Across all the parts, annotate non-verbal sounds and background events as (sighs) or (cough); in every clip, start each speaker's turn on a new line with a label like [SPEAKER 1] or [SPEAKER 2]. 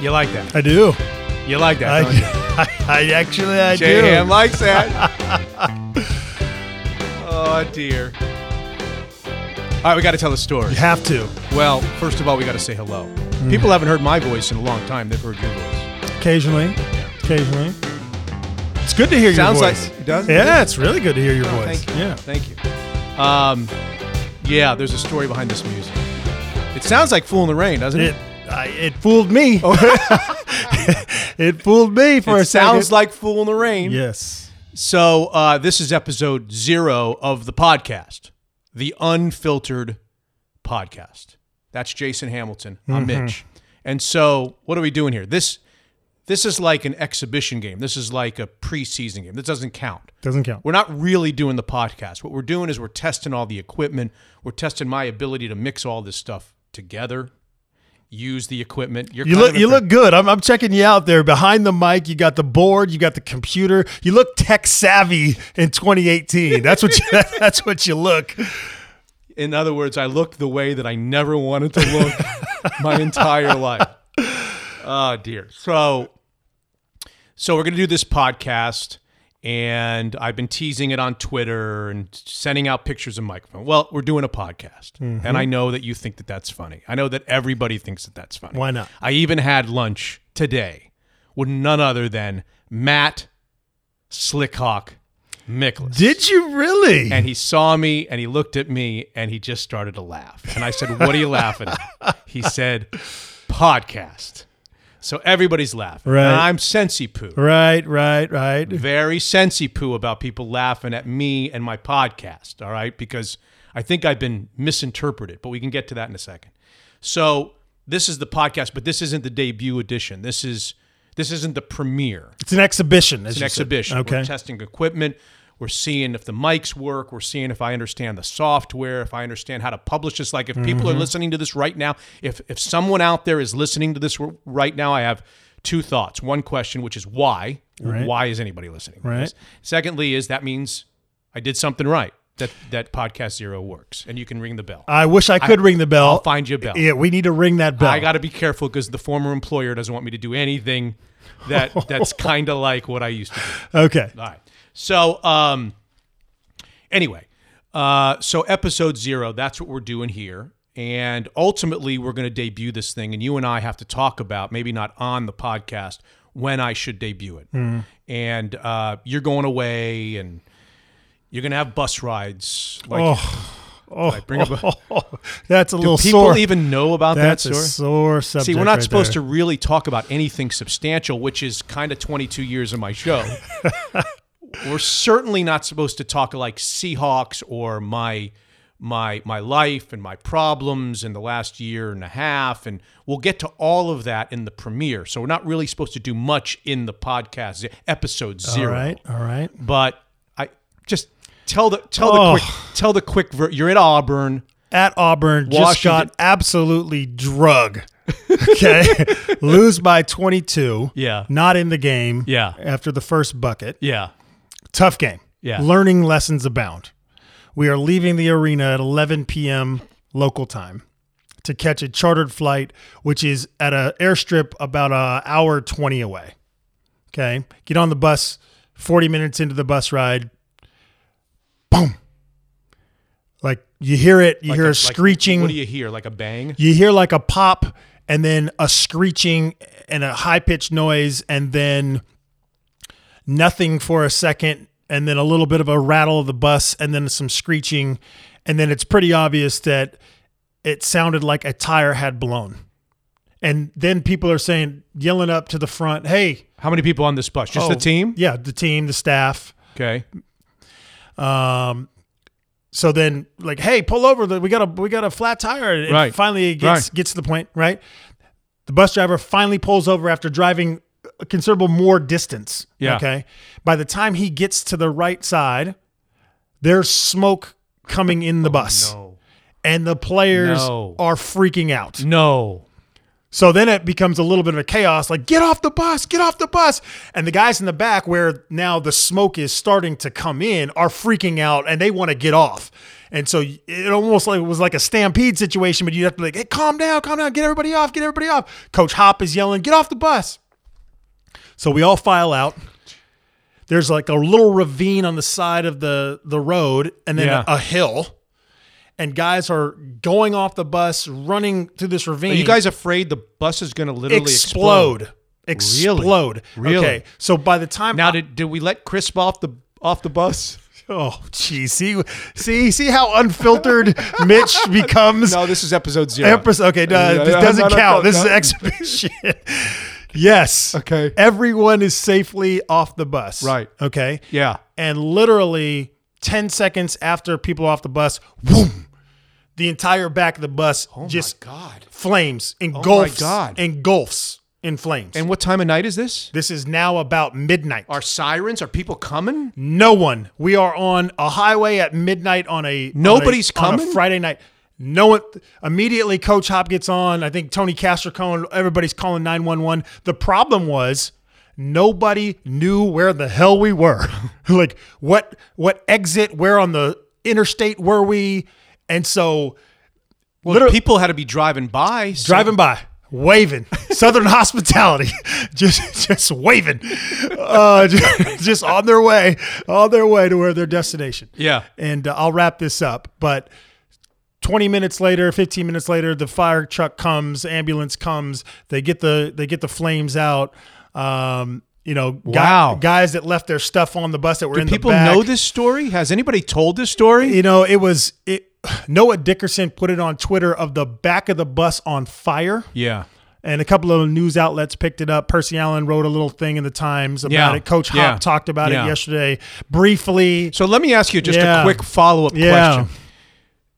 [SPEAKER 1] You like that?
[SPEAKER 2] I do.
[SPEAKER 1] You like that?
[SPEAKER 2] I, (laughs)
[SPEAKER 1] don't you?
[SPEAKER 2] I, actually I
[SPEAKER 1] Jay
[SPEAKER 2] do.
[SPEAKER 1] Ham likes
[SPEAKER 2] (laughs)
[SPEAKER 1] that. oh dear. All right, we got to tell the story.
[SPEAKER 2] you have to.
[SPEAKER 1] Well, first of all, we got to say hello.
[SPEAKER 2] Mm-hmm.
[SPEAKER 1] People haven't heard my voice in a long time. They've heard your voice.
[SPEAKER 2] Occasionally. Occasionally. It's good to hear
[SPEAKER 1] Sounds
[SPEAKER 2] your
[SPEAKER 1] like
[SPEAKER 2] voice.
[SPEAKER 1] it does. Oh,
[SPEAKER 2] yeah, it's really good to hear your voice.
[SPEAKER 1] Thank you.
[SPEAKER 2] Yeah.
[SPEAKER 1] Thank you. Um, yeah, there's a story behind this music. It sounds like "Fool in the Rain," doesn't it?
[SPEAKER 2] It I, it fooled me. (laughs) it fooled me for
[SPEAKER 1] Oh. It
[SPEAKER 2] a
[SPEAKER 1] sounds
[SPEAKER 2] second.
[SPEAKER 1] like "Fool in the Rain."
[SPEAKER 2] Yes.
[SPEAKER 1] So uh, this is episode zero of the podcast, the unfiltered podcast. That's Jason Hamilton. I'm
[SPEAKER 2] Mm-hmm.
[SPEAKER 1] Mitch. And so, what are we doing here? This this is like an exhibition game. This is like a preseason game. This doesn't count.
[SPEAKER 2] Doesn't count.
[SPEAKER 1] We're not really doing the podcast. What we're doing is we're testing all the equipment. We're testing my ability to mix all this stuff together, use the equipment. You're
[SPEAKER 2] You
[SPEAKER 1] kind
[SPEAKER 2] look,
[SPEAKER 1] of
[SPEAKER 2] you
[SPEAKER 1] impre-
[SPEAKER 2] look good. I'm, I'm checking you out there behind the mic. You got the board. You got the computer. You look tech savvy in 2018. That's what you, (laughs) that's what you look.
[SPEAKER 1] In other words, I looked the way that I never wanted to look
[SPEAKER 2] (laughs)
[SPEAKER 1] my entire life. Oh dear. So so we're going to do this podcast and I've been teasing it on Twitter and sending out pictures of microphone. Well, we're doing a podcast. And
[SPEAKER 2] Mm-hmm.
[SPEAKER 1] I know that you think that that's funny. I know that everybody thinks that that's funny.
[SPEAKER 2] Why not?
[SPEAKER 1] I even had lunch today with none other than Matt Slickhawk Mickless.
[SPEAKER 2] Did you really?
[SPEAKER 1] And he saw me and he looked at me and he just started to laugh. And I said, What are you laughing at?
[SPEAKER 2] (laughs)
[SPEAKER 1] He said, Podcast. So everybody's laughing.
[SPEAKER 2] Right.
[SPEAKER 1] And I'm sensey poo.
[SPEAKER 2] right, right, right.
[SPEAKER 1] Very sensey poo about people laughing at me and my podcast. All right. Because I think I've been misinterpreted, but we can get to that in a second. So this is the podcast, but this isn't the debut edition. This is this isn't the premiere.
[SPEAKER 2] It's an exhibition. It's
[SPEAKER 1] It's an exhibition.
[SPEAKER 2] Okay.
[SPEAKER 1] We're testing equipment. We're seeing if the mics work. We're seeing if I understand the software, if I understand how to publish this. Like if
[SPEAKER 2] Mm-hmm.
[SPEAKER 1] people are listening to this right now, if if someone out there is listening to this r- right now, I have two thoughts. One question, which is why?
[SPEAKER 2] Right.
[SPEAKER 1] Why is anybody listening? to
[SPEAKER 2] Right.
[SPEAKER 1] this? Secondly, is that means I did something right. That that podcast zero works, and you can ring the bell.
[SPEAKER 2] I wish I could ring the bell.
[SPEAKER 1] I'll find you a bell.
[SPEAKER 2] Uh, Yeah, we need to ring that bell.
[SPEAKER 1] I got to be careful because the former employer doesn't want me to do anything that
[SPEAKER 2] (laughs)
[SPEAKER 1] that's kind of like what I used to do. (laughs)
[SPEAKER 2] okay.
[SPEAKER 1] All right. So, um, anyway, uh, so episode zero, that's what we're doing here. And ultimately, we're going to debut this thing, and you and I have to talk about, maybe not on the podcast, when I should debut it.
[SPEAKER 2] Hmm.
[SPEAKER 1] And uh, you're going away, and you're going to have bus rides. Like,
[SPEAKER 2] Oh,
[SPEAKER 1] bring
[SPEAKER 2] (laughs)
[SPEAKER 1] up a-
[SPEAKER 2] (laughs) that's a little
[SPEAKER 1] people
[SPEAKER 2] sore.
[SPEAKER 1] even know about
[SPEAKER 2] that's
[SPEAKER 1] that
[SPEAKER 2] a
[SPEAKER 1] story?
[SPEAKER 2] sore subject.
[SPEAKER 1] See, we're not supposed to really talk about anything substantial, which is kind of 22 years of my
[SPEAKER 2] (laughs)
[SPEAKER 1] show. we're certainly not supposed to talk like Seahawks or my my my life and my problems in the last year and a half and we'll get to all of that in the premiere. So we're not really supposed to do much in the podcast e, episode 0.
[SPEAKER 2] All right. All right.
[SPEAKER 1] But I just tell the tell
[SPEAKER 2] Oh.
[SPEAKER 1] the quick tell the quick ver- you're at Auburn.
[SPEAKER 2] at Auburn just
[SPEAKER 1] Washington-
[SPEAKER 2] got
[SPEAKER 1] (laughs)
[SPEAKER 2] absolutely drug. Okay. (laughs) Lose by 22.
[SPEAKER 1] Yeah.
[SPEAKER 2] Not in the game.
[SPEAKER 1] Yeah.
[SPEAKER 2] After the first bucket.
[SPEAKER 1] Yeah.
[SPEAKER 2] Tough game.
[SPEAKER 1] Yeah.
[SPEAKER 2] Learning lessons abound. We are leaving the arena at 11 p.m. local time to catch a chartered flight, which is at a airstrip about a hour 20 away. Okay. Get on the bus 40 minutes into the bus ride. Boom. Like you hear it, you hear a,
[SPEAKER 1] Like- like,
[SPEAKER 2] screeching
[SPEAKER 1] What do you hear? Like a bang?
[SPEAKER 2] you hear like a pop and then a screeching and a high pitched noise and then nothing for a second and then a little bit of a rattle of the bus and then some screeching and then it's pretty obvious that it sounded like a tire had blown and then people are saying yelling up to the front hey
[SPEAKER 1] How many people on this bus? Just the
[SPEAKER 2] oh,
[SPEAKER 1] team?
[SPEAKER 2] yeah the team the staff
[SPEAKER 1] Okay.
[SPEAKER 2] Um, so then like, hey, pull over. We got a we got a flat tire. And
[SPEAKER 1] Right.
[SPEAKER 2] finally it gets
[SPEAKER 1] Right.
[SPEAKER 2] gets to the point, right? The bus driver finally pulls over after driving a considerable more distance.
[SPEAKER 1] Yeah.
[SPEAKER 2] Okay. By the time he gets to the right side, there's smoke coming in the bus.
[SPEAKER 1] Oh, No.
[SPEAKER 2] And the players
[SPEAKER 1] No.
[SPEAKER 2] are freaking out.
[SPEAKER 1] No.
[SPEAKER 2] So then it becomes a little bit of a chaos like, get off the bus, get off the bus. And the guys in the back, where now the smoke is starting to come in, are freaking out and they want to get off. And so it almost like it was like a stampede situation, but you have to be like, hey, calm down, calm down, get everybody off, get everybody off. Coach Hop is yelling, get off the bus. So we all file out. There's like a little ravine on the side of the the road, and then
[SPEAKER 1] Yeah.
[SPEAKER 2] a, a hill. And guys are going off the bus, running through this ravine
[SPEAKER 1] Are you guys afraid the bus is going to literally explode?
[SPEAKER 2] explode. Explode.
[SPEAKER 1] Really?
[SPEAKER 2] Okay. So by the time
[SPEAKER 1] Now, did, did we let Crisp off the off the (laughs) bus?
[SPEAKER 2] oh geez, see see see
[SPEAKER 1] (laughs)
[SPEAKER 2] how unfiltered Mitch becomes.
[SPEAKER 1] No, this is episode zero.
[SPEAKER 2] Episode. Okay, no,
[SPEAKER 1] Yeah,
[SPEAKER 2] this
[SPEAKER 1] no,
[SPEAKER 2] doesn't
[SPEAKER 1] no, no,
[SPEAKER 2] count.
[SPEAKER 1] no,
[SPEAKER 2] this
[SPEAKER 1] no.
[SPEAKER 2] is exhibition. (laughs) yes.
[SPEAKER 1] Okay.
[SPEAKER 2] Everyone is safely off the bus.
[SPEAKER 1] Right.
[SPEAKER 2] Okay.
[SPEAKER 1] yeah.
[SPEAKER 2] And literally 10 seconds after people are off the bus, boom, the entire back of the bus just
[SPEAKER 1] Oh God. Oh
[SPEAKER 2] flames, engulfs,
[SPEAKER 1] God.
[SPEAKER 2] engulfs in flames.
[SPEAKER 1] And what time of night is this?
[SPEAKER 2] This is now about midnight.
[SPEAKER 1] Are sirens? Are people coming?
[SPEAKER 2] no one. We are on a highway at midnight on a
[SPEAKER 1] Nobody's
[SPEAKER 2] on a- on a
[SPEAKER 1] coming?
[SPEAKER 2] Friday night. No one immediately. Coach Hop gets on. I think Tony Castricone. Everybody's calling nine one one. The problem was nobody knew where the hell we were. (laughs) like what what exit? Where on the interstate were we? And so
[SPEAKER 1] Well,
[SPEAKER 2] Literally-
[SPEAKER 1] people had to be driving by. so-
[SPEAKER 2] driving by waving southern (laughs) hospitality just just waving uh (laughs) just, just on their way on their way to where their destination
[SPEAKER 1] Yeah.
[SPEAKER 2] and uh, i'll wrap this up but 20 minutes later 15 minutes later the fire truck comes ambulance comes they get the they get the flames out um you know gu-
[SPEAKER 1] Wow.
[SPEAKER 2] guys that left their stuff on the bus that were in
[SPEAKER 1] People
[SPEAKER 2] the back
[SPEAKER 1] know this story. Has anybody told this story?
[SPEAKER 2] you know it was it (sighs) noah dickerson put it on twitter of the back of the bus on fire
[SPEAKER 1] yeah.
[SPEAKER 2] and a couple of news outlets picked it up. Percy Allen wrote a little thing in the Times about
[SPEAKER 1] Yeah.
[SPEAKER 2] it. Coach Hop
[SPEAKER 1] Yeah.
[SPEAKER 2] talked about
[SPEAKER 1] Yeah.
[SPEAKER 2] it yesterday briefly.
[SPEAKER 1] So let me ask you just a
[SPEAKER 2] Yeah.
[SPEAKER 1] quick follow up
[SPEAKER 2] Yeah.
[SPEAKER 1] question.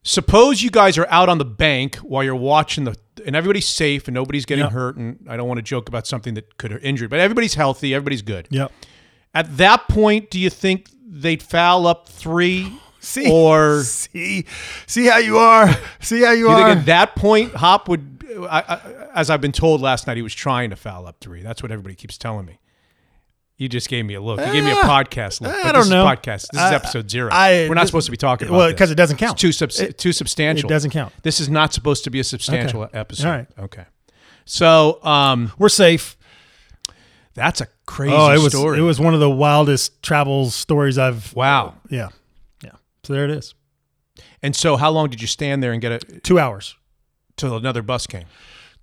[SPEAKER 1] Suppose you guys are out on the bank while you're watching the, and everybody's safe and nobody's getting hurt. And I don't want to joke about something that could injure, but everybody's healthy, everybody's good.
[SPEAKER 2] Yep.
[SPEAKER 1] At that point, do you think they'd foul up three?
[SPEAKER 2] (laughs) See,
[SPEAKER 1] or
[SPEAKER 2] see, see how you are. See how you,
[SPEAKER 1] you
[SPEAKER 2] are.
[SPEAKER 1] think at that point, Hop would, I, I, as I've been told last night, he was trying to foul up three. That's what everybody keeps telling me. You just gave me a look. You gave me a podcast look.
[SPEAKER 2] Eh, I
[SPEAKER 1] but
[SPEAKER 2] don't
[SPEAKER 1] this
[SPEAKER 2] know.
[SPEAKER 1] Is podcast. This is
[SPEAKER 2] I-
[SPEAKER 1] episode zero.
[SPEAKER 2] I-
[SPEAKER 1] We're not
[SPEAKER 2] this-
[SPEAKER 1] supposed to be talking about
[SPEAKER 2] well,
[SPEAKER 1] this.
[SPEAKER 2] because it doesn't count.
[SPEAKER 1] too subs- too substantial.
[SPEAKER 2] it doesn't count.
[SPEAKER 1] This is not supposed to be a substantial episode.
[SPEAKER 2] All right.
[SPEAKER 1] Okay. So um,
[SPEAKER 2] We're safe.
[SPEAKER 1] that's a crazy
[SPEAKER 2] Oh, it was
[SPEAKER 1] story.
[SPEAKER 2] it was one of the wildest travel stories I've.
[SPEAKER 1] wow.
[SPEAKER 2] Yeah, yeah. So there it is.
[SPEAKER 1] And so, how long did you stand there and get it
[SPEAKER 2] Two hours.
[SPEAKER 1] till another bus came?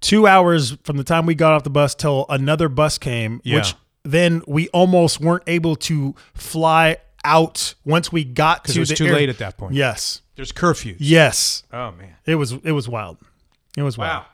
[SPEAKER 2] two hours from the time we got off the bus till another bus came,
[SPEAKER 1] Yeah.
[SPEAKER 2] which then we almost weren't able to fly out once we got to
[SPEAKER 1] Because it was
[SPEAKER 2] the
[SPEAKER 1] too
[SPEAKER 2] air-
[SPEAKER 1] late at that point.
[SPEAKER 2] Yes,
[SPEAKER 1] There's curfews.
[SPEAKER 2] yes,
[SPEAKER 1] Oh man.
[SPEAKER 2] it was it was wild. It was wild.
[SPEAKER 1] Wow.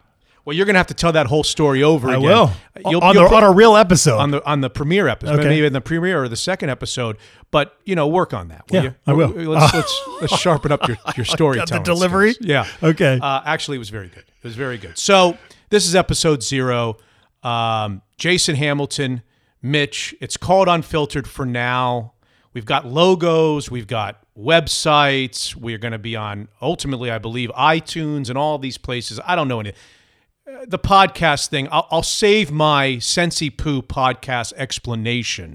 [SPEAKER 1] Well, you're gonna have to tell that whole story over
[SPEAKER 2] I
[SPEAKER 1] again.
[SPEAKER 2] will
[SPEAKER 1] You'll,
[SPEAKER 2] on,
[SPEAKER 1] you'll
[SPEAKER 2] the,
[SPEAKER 1] put-
[SPEAKER 2] on a real episode.
[SPEAKER 1] on the on the premiere episode,
[SPEAKER 2] Okay.
[SPEAKER 1] maybe in the premiere or the second episode. But you know, work on that. Will
[SPEAKER 2] Yeah,
[SPEAKER 1] you?
[SPEAKER 2] I will.
[SPEAKER 1] Let's, let's
[SPEAKER 2] (laughs)
[SPEAKER 1] let's sharpen up your your storytelling.
[SPEAKER 2] delivery?
[SPEAKER 1] skills. Yeah.
[SPEAKER 2] okay,
[SPEAKER 1] Uh, actually, it was very good. It was very good. So this is episode zero. Um, Jason Hamilton, Mitch. It's called Unfiltered for now. We've got logos. We've got websites. We're going to be on ultimately, I believe, iTunes and all these places. I don't know any. Uh, The podcast thing. I'll, I'll save my Sensi Poo podcast explanation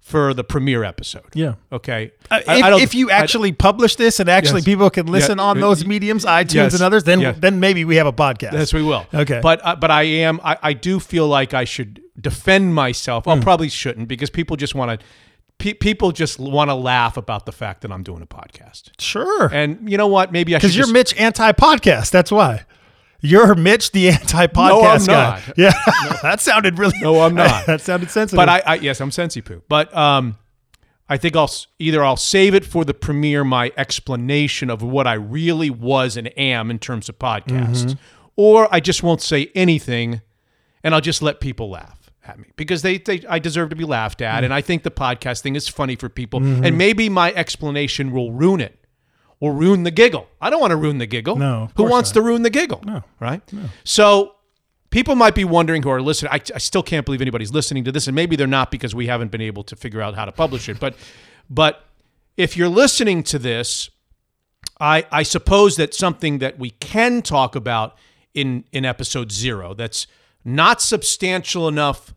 [SPEAKER 1] for the premiere episode.
[SPEAKER 2] Mm-hmm. yeah. Uh,
[SPEAKER 1] Okay.
[SPEAKER 2] If, if you actually publish this and actually
[SPEAKER 1] Yes.
[SPEAKER 2] people can listen
[SPEAKER 1] Yeah.
[SPEAKER 2] on those mediums, iTunes
[SPEAKER 1] Yes.
[SPEAKER 2] and others, then
[SPEAKER 1] Yeah.
[SPEAKER 2] then maybe we have a podcast.
[SPEAKER 1] Yes, we will.
[SPEAKER 2] Okay.
[SPEAKER 1] But uh, but I am I, I do feel like I should defend myself.
[SPEAKER 2] Hmm.
[SPEAKER 1] I probably shouldn't because people just want to pe- people just want to laugh about the fact that I'm doing a podcast.
[SPEAKER 2] sure.
[SPEAKER 1] And you know what? Maybe I should
[SPEAKER 2] Because you're
[SPEAKER 1] just-
[SPEAKER 2] Mitch anti-podcast. That's why. You're Mitch the anti-podcast
[SPEAKER 1] I'm
[SPEAKER 2] guy.
[SPEAKER 1] not.
[SPEAKER 2] Yeah, (laughs) that sounded really.
[SPEAKER 1] No, I'm not.
[SPEAKER 2] (laughs) that sounded sensitive.
[SPEAKER 1] but I, I yes, I'm sensi poo. But um I think I'll s- either I'll save it for the premiere my explanation of what I really was and am in terms of podcasts
[SPEAKER 2] Mm-hmm.
[SPEAKER 1] or I just won't say anything and I'll just let people laugh at me because they, they I deserve to be laughed at
[SPEAKER 2] Mm.
[SPEAKER 1] and I think the podcast thing is funny for people
[SPEAKER 2] Mm-hmm.
[SPEAKER 1] and maybe my explanation will ruin it or ruin the giggle. I don't want to ruin the giggle.
[SPEAKER 2] No, of
[SPEAKER 1] Who
[SPEAKER 2] course
[SPEAKER 1] wants to ruin the giggle? No. Right? So people might be wondering who are listening. I, I still can't believe anybody's listening to this, and maybe they're not because we haven't been able to figure out how to publish it. But, but if you're listening to this, I, I suppose that something that we can talk about in in episode zero. That's not substantial enough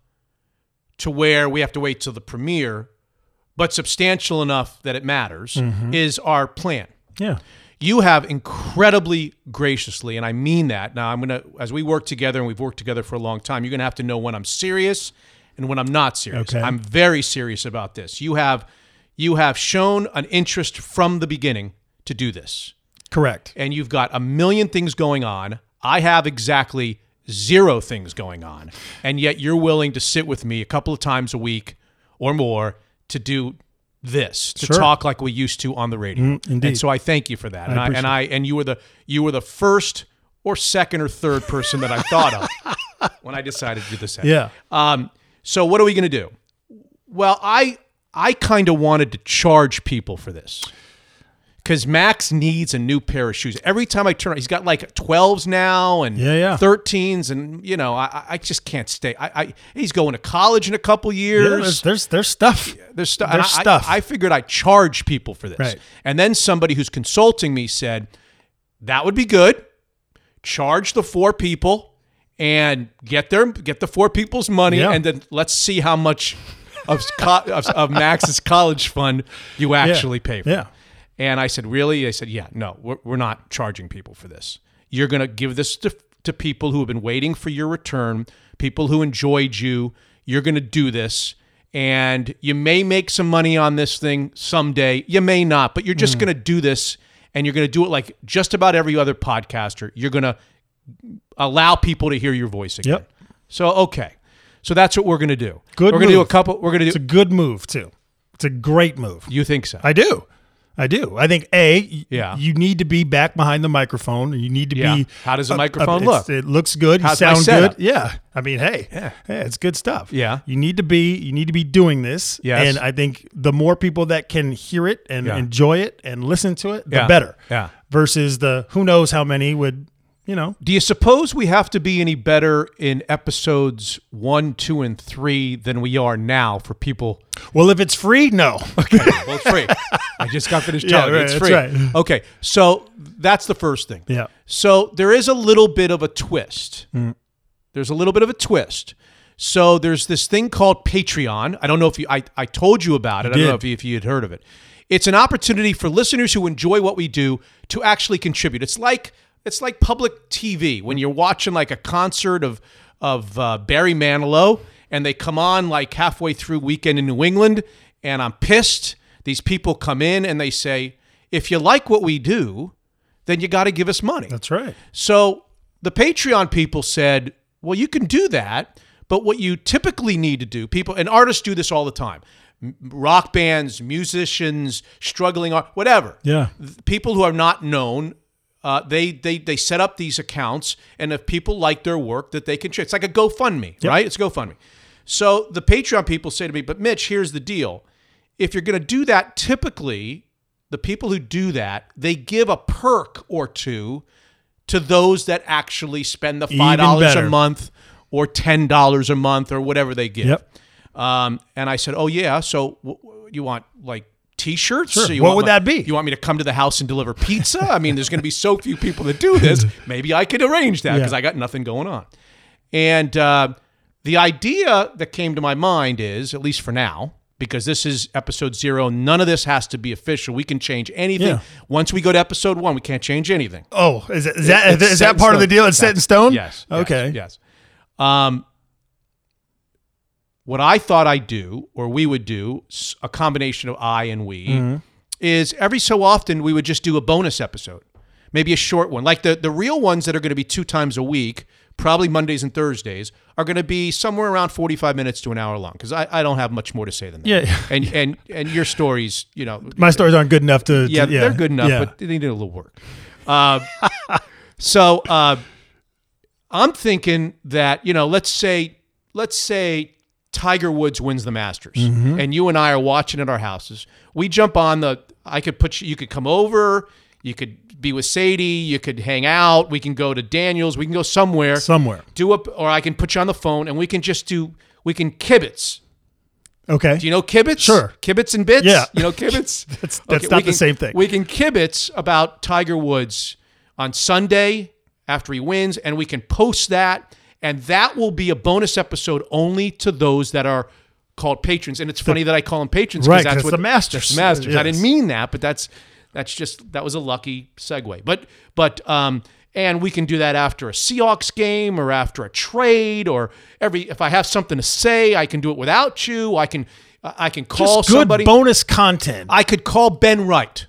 [SPEAKER 1] to where we have to wait till the premiere, but substantial enough that it matters is our plan.
[SPEAKER 2] Yeah.
[SPEAKER 1] You have incredibly graciously, and I mean that. Now I'm gonna as we work together and we've worked together for a long time, you're gonna have to know when I'm serious and when I'm not serious.
[SPEAKER 2] Okay.
[SPEAKER 1] I'm very serious about this. You have you have shown an interest from the beginning to do this
[SPEAKER 2] Correct.
[SPEAKER 1] and you've got a million things going on. I have exactly zero things going on. And yet you're willing to sit with me a couple of times a week or more to do this, to
[SPEAKER 2] Sure. Mm,
[SPEAKER 1] talk like we used to on the radio.
[SPEAKER 2] indeed.
[SPEAKER 1] And so I thank you for that. and I and I and you were the you were the first or second or third person that I thought
[SPEAKER 2] (laughs)
[SPEAKER 1] of when I decided to do this.
[SPEAKER 2] Yeah.
[SPEAKER 1] Um, so what are we gonna do? Well, I I kind of wanted to charge people for this because Max needs a new pair of shoes. Every time I turn, he's got like 12s now and
[SPEAKER 2] Yeah, yeah.
[SPEAKER 1] 13s, and you know, I- I, I just can't stay. I, I he's going to college in a couple
[SPEAKER 2] Yeah,
[SPEAKER 1] years.
[SPEAKER 2] There's, there's there's stuff.
[SPEAKER 1] There's, stu- and
[SPEAKER 2] There's
[SPEAKER 1] I- I-
[SPEAKER 2] stuff.
[SPEAKER 1] I, figured I charge people for this.
[SPEAKER 2] Right.
[SPEAKER 1] And then somebody who's consulting me said, that would be good. Charge the four people and get their get the four people's money
[SPEAKER 2] Yeah.
[SPEAKER 1] and then let's see how much of, co- of, of Max's college fund you actually pay for.
[SPEAKER 2] Yeah.
[SPEAKER 1] And I said, really? They said, yeah, no, we're, we're not charging people for this. You're going to give this to, to people who have been waiting for your return, people who enjoyed you. You're going to do this. And you may make some money on this thing someday. You may not, but you're just
[SPEAKER 2] Mm.
[SPEAKER 1] going to do this. And you're going to do it like just about every other podcaster. You're going to allow people to hear your voice again.
[SPEAKER 2] Yep.
[SPEAKER 1] So, okay. So that's what we're going to do.
[SPEAKER 2] Good
[SPEAKER 1] We're going to do a
[SPEAKER 2] move.
[SPEAKER 1] couple. We're going to
[SPEAKER 2] It's a
[SPEAKER 1] do.
[SPEAKER 2] good move too. It's a great move.
[SPEAKER 1] You think so?
[SPEAKER 2] I do. I do. I think a y-
[SPEAKER 1] Yeah.
[SPEAKER 2] you need to be back behind the microphone. You need to
[SPEAKER 1] Yeah.
[SPEAKER 2] be.
[SPEAKER 1] How does the
[SPEAKER 2] a- a-
[SPEAKER 1] microphone look?
[SPEAKER 2] it's- It looks good.
[SPEAKER 1] How's my
[SPEAKER 2] you sound good.
[SPEAKER 1] setup?
[SPEAKER 2] Yeah. I mean, hey, yeah. it's good stuff.
[SPEAKER 1] Yeah.
[SPEAKER 2] You need to be. You need to be doing this.
[SPEAKER 1] Yes.
[SPEAKER 2] And I think the more people that can hear it and
[SPEAKER 1] Yeah.
[SPEAKER 2] enjoy it and listen to it, the
[SPEAKER 1] Yeah.
[SPEAKER 2] better.
[SPEAKER 1] Yeah.
[SPEAKER 2] Versus the who knows how many would you know
[SPEAKER 1] Do you suppose we have to be any better in episodes one, two, and three than we are now for people?
[SPEAKER 2] Well, if it's free, no.
[SPEAKER 1] Well, it's
[SPEAKER 2] (laughs)
[SPEAKER 1] free. I just got finished
[SPEAKER 2] Yeah,
[SPEAKER 1] telling you
[SPEAKER 2] right,
[SPEAKER 1] it's
[SPEAKER 2] that's
[SPEAKER 1] free.
[SPEAKER 2] right.
[SPEAKER 1] Okay, so that's the first thing.
[SPEAKER 2] Yeah.
[SPEAKER 1] So there is a little bit of a twist. There's a little bit of a twist. So there's this thing called Patreon. I don't know if you I, I told you about it. I
[SPEAKER 2] did.
[SPEAKER 1] don't know if you, if you had heard of it. It's an opportunity for listeners who enjoy what we do to actually contribute. It's like it's like public TV when you're watching like a concert of of uh, Barry Manilow and they come on like halfway through weekend in New England and I'm pissed. These people come in and they say, "If you like what we do, then you got to give us money."
[SPEAKER 2] That's right.
[SPEAKER 1] So the Patreon people said, well, you can do that, but what you typically need to do, people and artists do this all the time. M- Rock bands, musicians, struggling art, whatever.
[SPEAKER 2] Yeah.
[SPEAKER 1] Th- People who are not known, uh, they they they set up these accounts, and if people like their work, that they can. It's like a GoFundMe, right? It's a GoFundMe. So the Patreon people say to me, "But Mitch, here's the deal: if you're going to do that, typically the people who do that, they give a perk or two to those that actually spend the five dollars a
[SPEAKER 2] better.
[SPEAKER 1] month or ten dollars a month or whatever they give.
[SPEAKER 2] Yep.
[SPEAKER 1] Um, and I said, "Oh yeah, so w- w- you want like T-shirts? So you
[SPEAKER 2] What
[SPEAKER 1] want
[SPEAKER 2] would
[SPEAKER 1] my-
[SPEAKER 2] that be?
[SPEAKER 1] You want me to come to the house and deliver pizza? I mean, there's going to be so few people that do
[SPEAKER 2] (laughs)
[SPEAKER 1] this. Maybe I could arrange that because
[SPEAKER 2] Yeah.
[SPEAKER 1] I got nothing going on." And uh, the idea that came to my mind is, at least for now, because this is episode zero, none of this has to be official. We can change anything
[SPEAKER 2] Yeah.
[SPEAKER 1] once we go to episode one. We can't change anything.
[SPEAKER 2] Oh, is, it, is that
[SPEAKER 1] It's
[SPEAKER 2] is
[SPEAKER 1] set in
[SPEAKER 2] that part of the
[SPEAKER 1] stone.
[SPEAKER 2] deal? It's set in stone.
[SPEAKER 1] Yes. yes,
[SPEAKER 2] Okay.
[SPEAKER 1] Yes. Um, what I thought I'd do, or we would do, s- a combination of I and we,
[SPEAKER 2] Mm-hmm.
[SPEAKER 1] is every so often we would just do a bonus episode, maybe a short one. Like the the real ones that are going to be two times a week, probably Mondays and Thursdays, are going to be somewhere around forty five minutes to an hour long because I, I don't have much more to say than that.
[SPEAKER 2] Yeah.
[SPEAKER 1] And and and your stories, you know,
[SPEAKER 2] My stories aren't good enough to. to-
[SPEAKER 1] yeah, they're good enough,
[SPEAKER 2] yeah.
[SPEAKER 1] but they need a little work. Uh, (laughs) so uh, I'm thinking that you know, let's say, let's say Tiger Woods wins the Masters,
[SPEAKER 2] Mm-hmm.
[SPEAKER 1] and you and I are watching at our houses. We jump on the. I could put you. You could come over. You could be with Sadie. You could hang out. We can go to Daniel's. We can go somewhere.
[SPEAKER 2] somewhere.
[SPEAKER 1] do a, or I can put you on the phone, and we can just do. We can kibitz.
[SPEAKER 2] Okay.
[SPEAKER 1] Do you know kibitz?
[SPEAKER 2] Sure.
[SPEAKER 1] Kibitz and bits?
[SPEAKER 2] Yeah.
[SPEAKER 1] You know kibitz?
[SPEAKER 2] (laughs) That's- that's not
[SPEAKER 1] we
[SPEAKER 2] the
[SPEAKER 1] can-
[SPEAKER 2] same thing.
[SPEAKER 1] We can kibitz about Tiger Woods on Sunday after he wins, and we can post that. And that will be a bonus episode only to those that are called patrons. And it's funny that I call them patrons
[SPEAKER 2] Right, 'cause
[SPEAKER 1] that's
[SPEAKER 2] it's
[SPEAKER 1] what
[SPEAKER 2] the Masters.
[SPEAKER 1] that's the Masters. I
[SPEAKER 2] Yes.
[SPEAKER 1] didn't mean that, but that's that's just that was a lucky segue. But but um and we can do that after a Seahawks game or after a trade or every if I have something to say, I can do it without you. I can I can call
[SPEAKER 2] Just good
[SPEAKER 1] somebody.
[SPEAKER 2] bonus content.
[SPEAKER 1] I could call Ben Wright.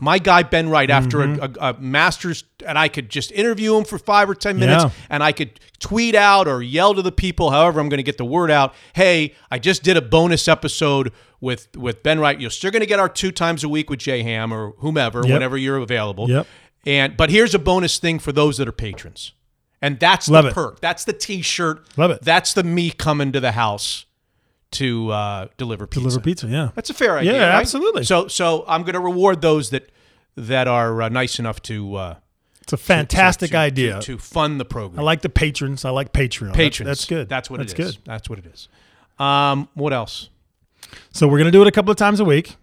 [SPEAKER 1] My guy Ben Wright after
[SPEAKER 2] Mm-hmm.
[SPEAKER 1] a, a, a Masters, and I could just interview him for five or ten minutes,
[SPEAKER 2] Yeah.
[SPEAKER 1] and I could tweet out or yell to the people, however I'm going to get the word out. Hey, I just did a bonus episode with with Ben Wright. You're still going to get our two times a week with Jay Ham or whomever, whenever you're available.
[SPEAKER 2] Yep.
[SPEAKER 1] And but here's a bonus thing for those that are patrons, and that's
[SPEAKER 2] Love
[SPEAKER 1] the
[SPEAKER 2] it.
[SPEAKER 1] perk. That's the T-shirt.
[SPEAKER 2] Love it.
[SPEAKER 1] That's the me coming to the house to uh, deliver pizza.
[SPEAKER 2] Deliver pizza, yeah.
[SPEAKER 1] That's a fair idea.
[SPEAKER 2] Yeah,
[SPEAKER 1] right?
[SPEAKER 2] absolutely.
[SPEAKER 1] So, so I'm going to reward those that that are uh, nice enough to uh,
[SPEAKER 2] It's a fantastic
[SPEAKER 1] to-
[SPEAKER 2] idea.
[SPEAKER 1] to, to fund the program.
[SPEAKER 2] I like the patrons. I like Patreon. That-
[SPEAKER 1] patrons.
[SPEAKER 2] That's good.
[SPEAKER 1] That's what
[SPEAKER 2] that's
[SPEAKER 1] it is.
[SPEAKER 2] good.
[SPEAKER 1] That's what it is. Um, what else?
[SPEAKER 2] So we're gonna do it a couple of times a week.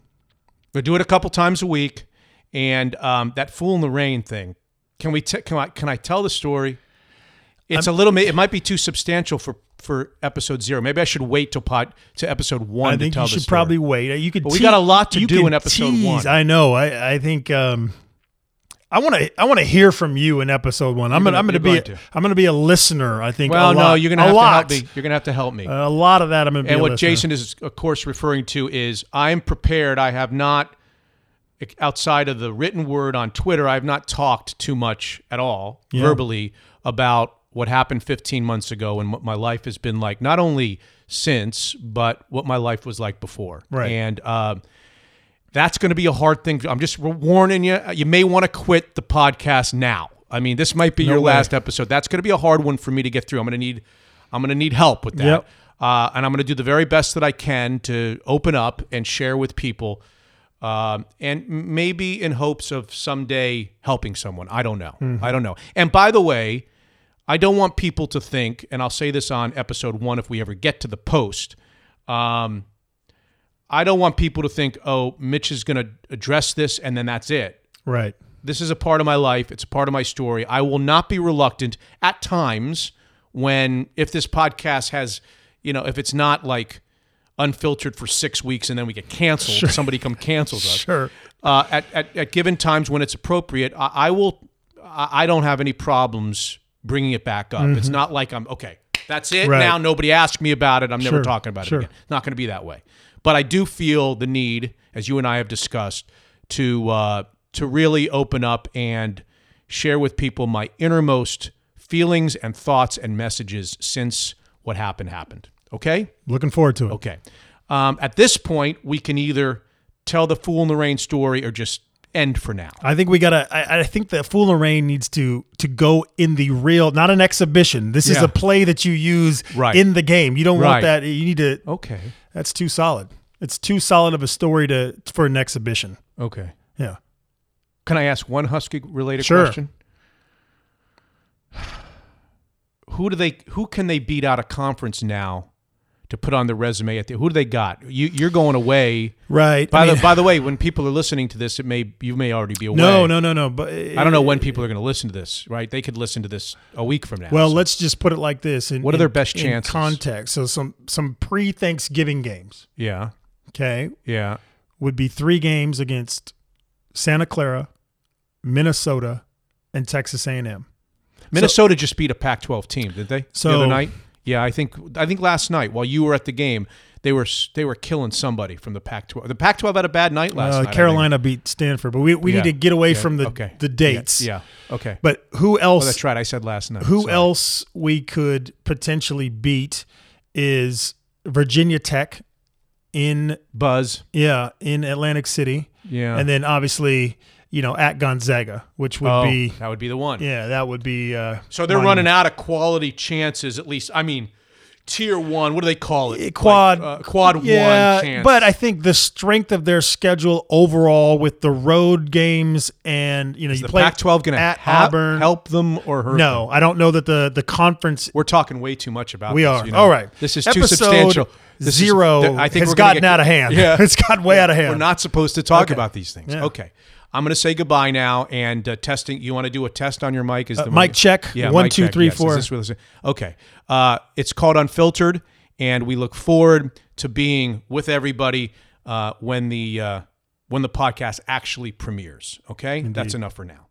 [SPEAKER 1] We do it a couple times a week, and um, that fool in the rain thing. Can we? T- can I? Can I tell the story? It's a little. ma- It might be too substantial for for episode zero. Maybe I should wait till pot to episode one.
[SPEAKER 2] I think
[SPEAKER 1] to tell
[SPEAKER 2] you
[SPEAKER 1] the
[SPEAKER 2] should
[SPEAKER 1] story.
[SPEAKER 2] probably wait. You could.
[SPEAKER 1] we got a lot to
[SPEAKER 2] you
[SPEAKER 1] do
[SPEAKER 2] can
[SPEAKER 1] in episode
[SPEAKER 2] tease.
[SPEAKER 1] one.
[SPEAKER 2] I know. I I think. Um, I want to. I want to hear from you in episode one. I'm
[SPEAKER 1] gonna-
[SPEAKER 2] gonna. I'm gonna
[SPEAKER 1] you're
[SPEAKER 2] be.
[SPEAKER 1] going to.
[SPEAKER 2] I'm gonna be a listener. I think.
[SPEAKER 1] Well,
[SPEAKER 2] a
[SPEAKER 1] no,
[SPEAKER 2] lot.
[SPEAKER 1] you're gonna have
[SPEAKER 2] a
[SPEAKER 1] to
[SPEAKER 2] lot. Uh,
[SPEAKER 1] help me. You're gonna have to help me.
[SPEAKER 2] A lot of that. I'm gonna be.
[SPEAKER 1] And
[SPEAKER 2] a
[SPEAKER 1] what
[SPEAKER 2] listener.
[SPEAKER 1] Jason is, of course, referring to is I am prepared. I have not, outside of the written word on Twitter, I have not talked too much at all verbally about what happened 15 months ago and what my life has been like, not only since, but what my life was like before.
[SPEAKER 2] Right.
[SPEAKER 1] And um, that's going to be a hard thing. I'm just warning you. You may want to quit the podcast now. I mean, this might be your
[SPEAKER 2] way.
[SPEAKER 1] last episode. That's going to be a hard one for me to get through. I'm going to need, I'm going to need help with that.
[SPEAKER 2] Yep.
[SPEAKER 1] Uh, and I'm going to do the very best that I can to open up and share with people, um, and m- maybe in hopes of someday helping someone. I don't know.
[SPEAKER 2] Mm-hmm.
[SPEAKER 1] I don't know. And by the way, I don't want people to think, and I'll say this on episode one if we ever get to the post. Um, I don't want people to think, oh, Mitch is going to address this and then that's it.
[SPEAKER 2] Right.
[SPEAKER 1] This is a part of my life. It's a part of my story. I will not be reluctant at times when, if this podcast has, you know, if it's not like unfiltered for six weeks and then we get canceled, somebody come cancels us.
[SPEAKER 2] Sure.
[SPEAKER 1] Uh, at, at, at given times when it's appropriate, I, I will, I, I don't have any problems bringing it back up. It's not like I'm, okay, that's it.
[SPEAKER 2] Mm-hmm. Right.
[SPEAKER 1] Now nobody asked me about it. I'm never
[SPEAKER 2] Sure,
[SPEAKER 1] talking about
[SPEAKER 2] sure.
[SPEAKER 1] it again. Not going to be that way. But I do feel the need, as you and I have discussed, to uh, to really open up and share with people my innermost feelings and thoughts and messages since what happened happened. Okay.
[SPEAKER 2] Looking forward to it.
[SPEAKER 1] Okay. Um, at this point, we can either tell the fool in the rain story or just end for now.
[SPEAKER 2] I think we gotta. I, I think that Fool and Rain needs to to go in the real, not an exhibition. This is
[SPEAKER 1] Yeah.
[SPEAKER 2] a play that you use
[SPEAKER 1] Right.
[SPEAKER 2] in the game. You don't
[SPEAKER 1] Right.
[SPEAKER 2] want that. You need to.
[SPEAKER 1] Okay.
[SPEAKER 2] That's too solid. It's too solid of a story to for an exhibition.
[SPEAKER 1] Okay.
[SPEAKER 2] Yeah.
[SPEAKER 1] Can I ask one Husky related
[SPEAKER 2] Sure.
[SPEAKER 1] question? (sighs) Who do they? Who can they beat out of conference now to put on their resume? At the, who do they got? You, you're going away.
[SPEAKER 2] Right.
[SPEAKER 1] By
[SPEAKER 2] I mean,
[SPEAKER 1] the by the way, when people are listening to this, it may you may already be away.
[SPEAKER 2] no, no, no, no. But uh,
[SPEAKER 1] I don't know when people are going to listen to this. Right? They could listen to this a week from now.
[SPEAKER 2] Well,
[SPEAKER 1] So-
[SPEAKER 2] let's just put it like this. In,
[SPEAKER 1] What are their
[SPEAKER 2] in-
[SPEAKER 1] best
[SPEAKER 2] in
[SPEAKER 1] chances?
[SPEAKER 2] context. So some some pre Thanksgiving games.
[SPEAKER 1] yeah,
[SPEAKER 2] Okay,
[SPEAKER 1] yeah,
[SPEAKER 2] would be three games against Santa Clara, Minnesota, and Texas A and M.
[SPEAKER 1] Minnesota just beat a Pac-12 team, did they? the
[SPEAKER 2] So-
[SPEAKER 1] other night, yeah, I think I think last night while you were at the game, they were they were killing somebody from the Pac-12. The Pac-12 had a bad night last
[SPEAKER 2] Uh,
[SPEAKER 1] night. I think.
[SPEAKER 2] Carolina beat Stanford, but we, we
[SPEAKER 1] Yeah,
[SPEAKER 2] need to get away
[SPEAKER 1] yeah,
[SPEAKER 2] from the
[SPEAKER 1] okay.
[SPEAKER 2] the dates.
[SPEAKER 1] Yeah. Okay.
[SPEAKER 2] But who
[SPEAKER 1] Oh, that's
[SPEAKER 2] else?
[SPEAKER 1] right. I said last night.
[SPEAKER 2] who
[SPEAKER 1] Sorry.
[SPEAKER 2] else we could potentially beat is Virginia Tech in
[SPEAKER 1] Buzz.
[SPEAKER 2] yeah in Atlantic City,
[SPEAKER 1] Yeah.
[SPEAKER 2] and then obviously you know at Gonzaga, which would
[SPEAKER 1] oh,
[SPEAKER 2] be
[SPEAKER 1] that would be the one.
[SPEAKER 2] yeah that would be uh,
[SPEAKER 1] So they're
[SPEAKER 2] mine.
[SPEAKER 1] running out of quality chances. At least, I mean, tier one. What do they call it?
[SPEAKER 2] Eh, quad
[SPEAKER 1] Like, uh, quad
[SPEAKER 2] yeah,
[SPEAKER 1] one chance.
[SPEAKER 2] But I think the strength of their schedule overall with the road games and you know you
[SPEAKER 1] the
[SPEAKER 2] play
[SPEAKER 1] Pac-12 going to
[SPEAKER 2] at Auburn.
[SPEAKER 1] help them or hurt? them?
[SPEAKER 2] No, I don't know that the the conference
[SPEAKER 1] We're talking way too much about.
[SPEAKER 2] We
[SPEAKER 1] this,
[SPEAKER 2] are.
[SPEAKER 1] you know.
[SPEAKER 2] All right.
[SPEAKER 1] This is too
[SPEAKER 2] Episode
[SPEAKER 1] substantial. This is-
[SPEAKER 2] zero
[SPEAKER 1] th- I think
[SPEAKER 2] has
[SPEAKER 1] we're gonna
[SPEAKER 2] gotten
[SPEAKER 1] get-
[SPEAKER 2] out of
[SPEAKER 1] (laughs)
[SPEAKER 2] hand.
[SPEAKER 1] Yeah.
[SPEAKER 2] (laughs) It's gotten way out of hand.
[SPEAKER 1] We're not supposed to talk
[SPEAKER 2] Okay.
[SPEAKER 1] about these things.
[SPEAKER 2] Yeah.
[SPEAKER 1] Okay. I'm going to say goodbye now. And uh, testing, you want to do a test on your mic? Is the
[SPEAKER 2] Uh, Mic check.
[SPEAKER 1] Yeah,
[SPEAKER 2] One,
[SPEAKER 1] mic
[SPEAKER 2] two,
[SPEAKER 1] check,
[SPEAKER 2] three,
[SPEAKER 1] yes. Is
[SPEAKER 2] four.
[SPEAKER 1] this what this- okay. Uh, it's called Unfiltered, and we look forward to being with everybody uh, when the uh, when the podcast actually premieres. Okay, that's enough for now.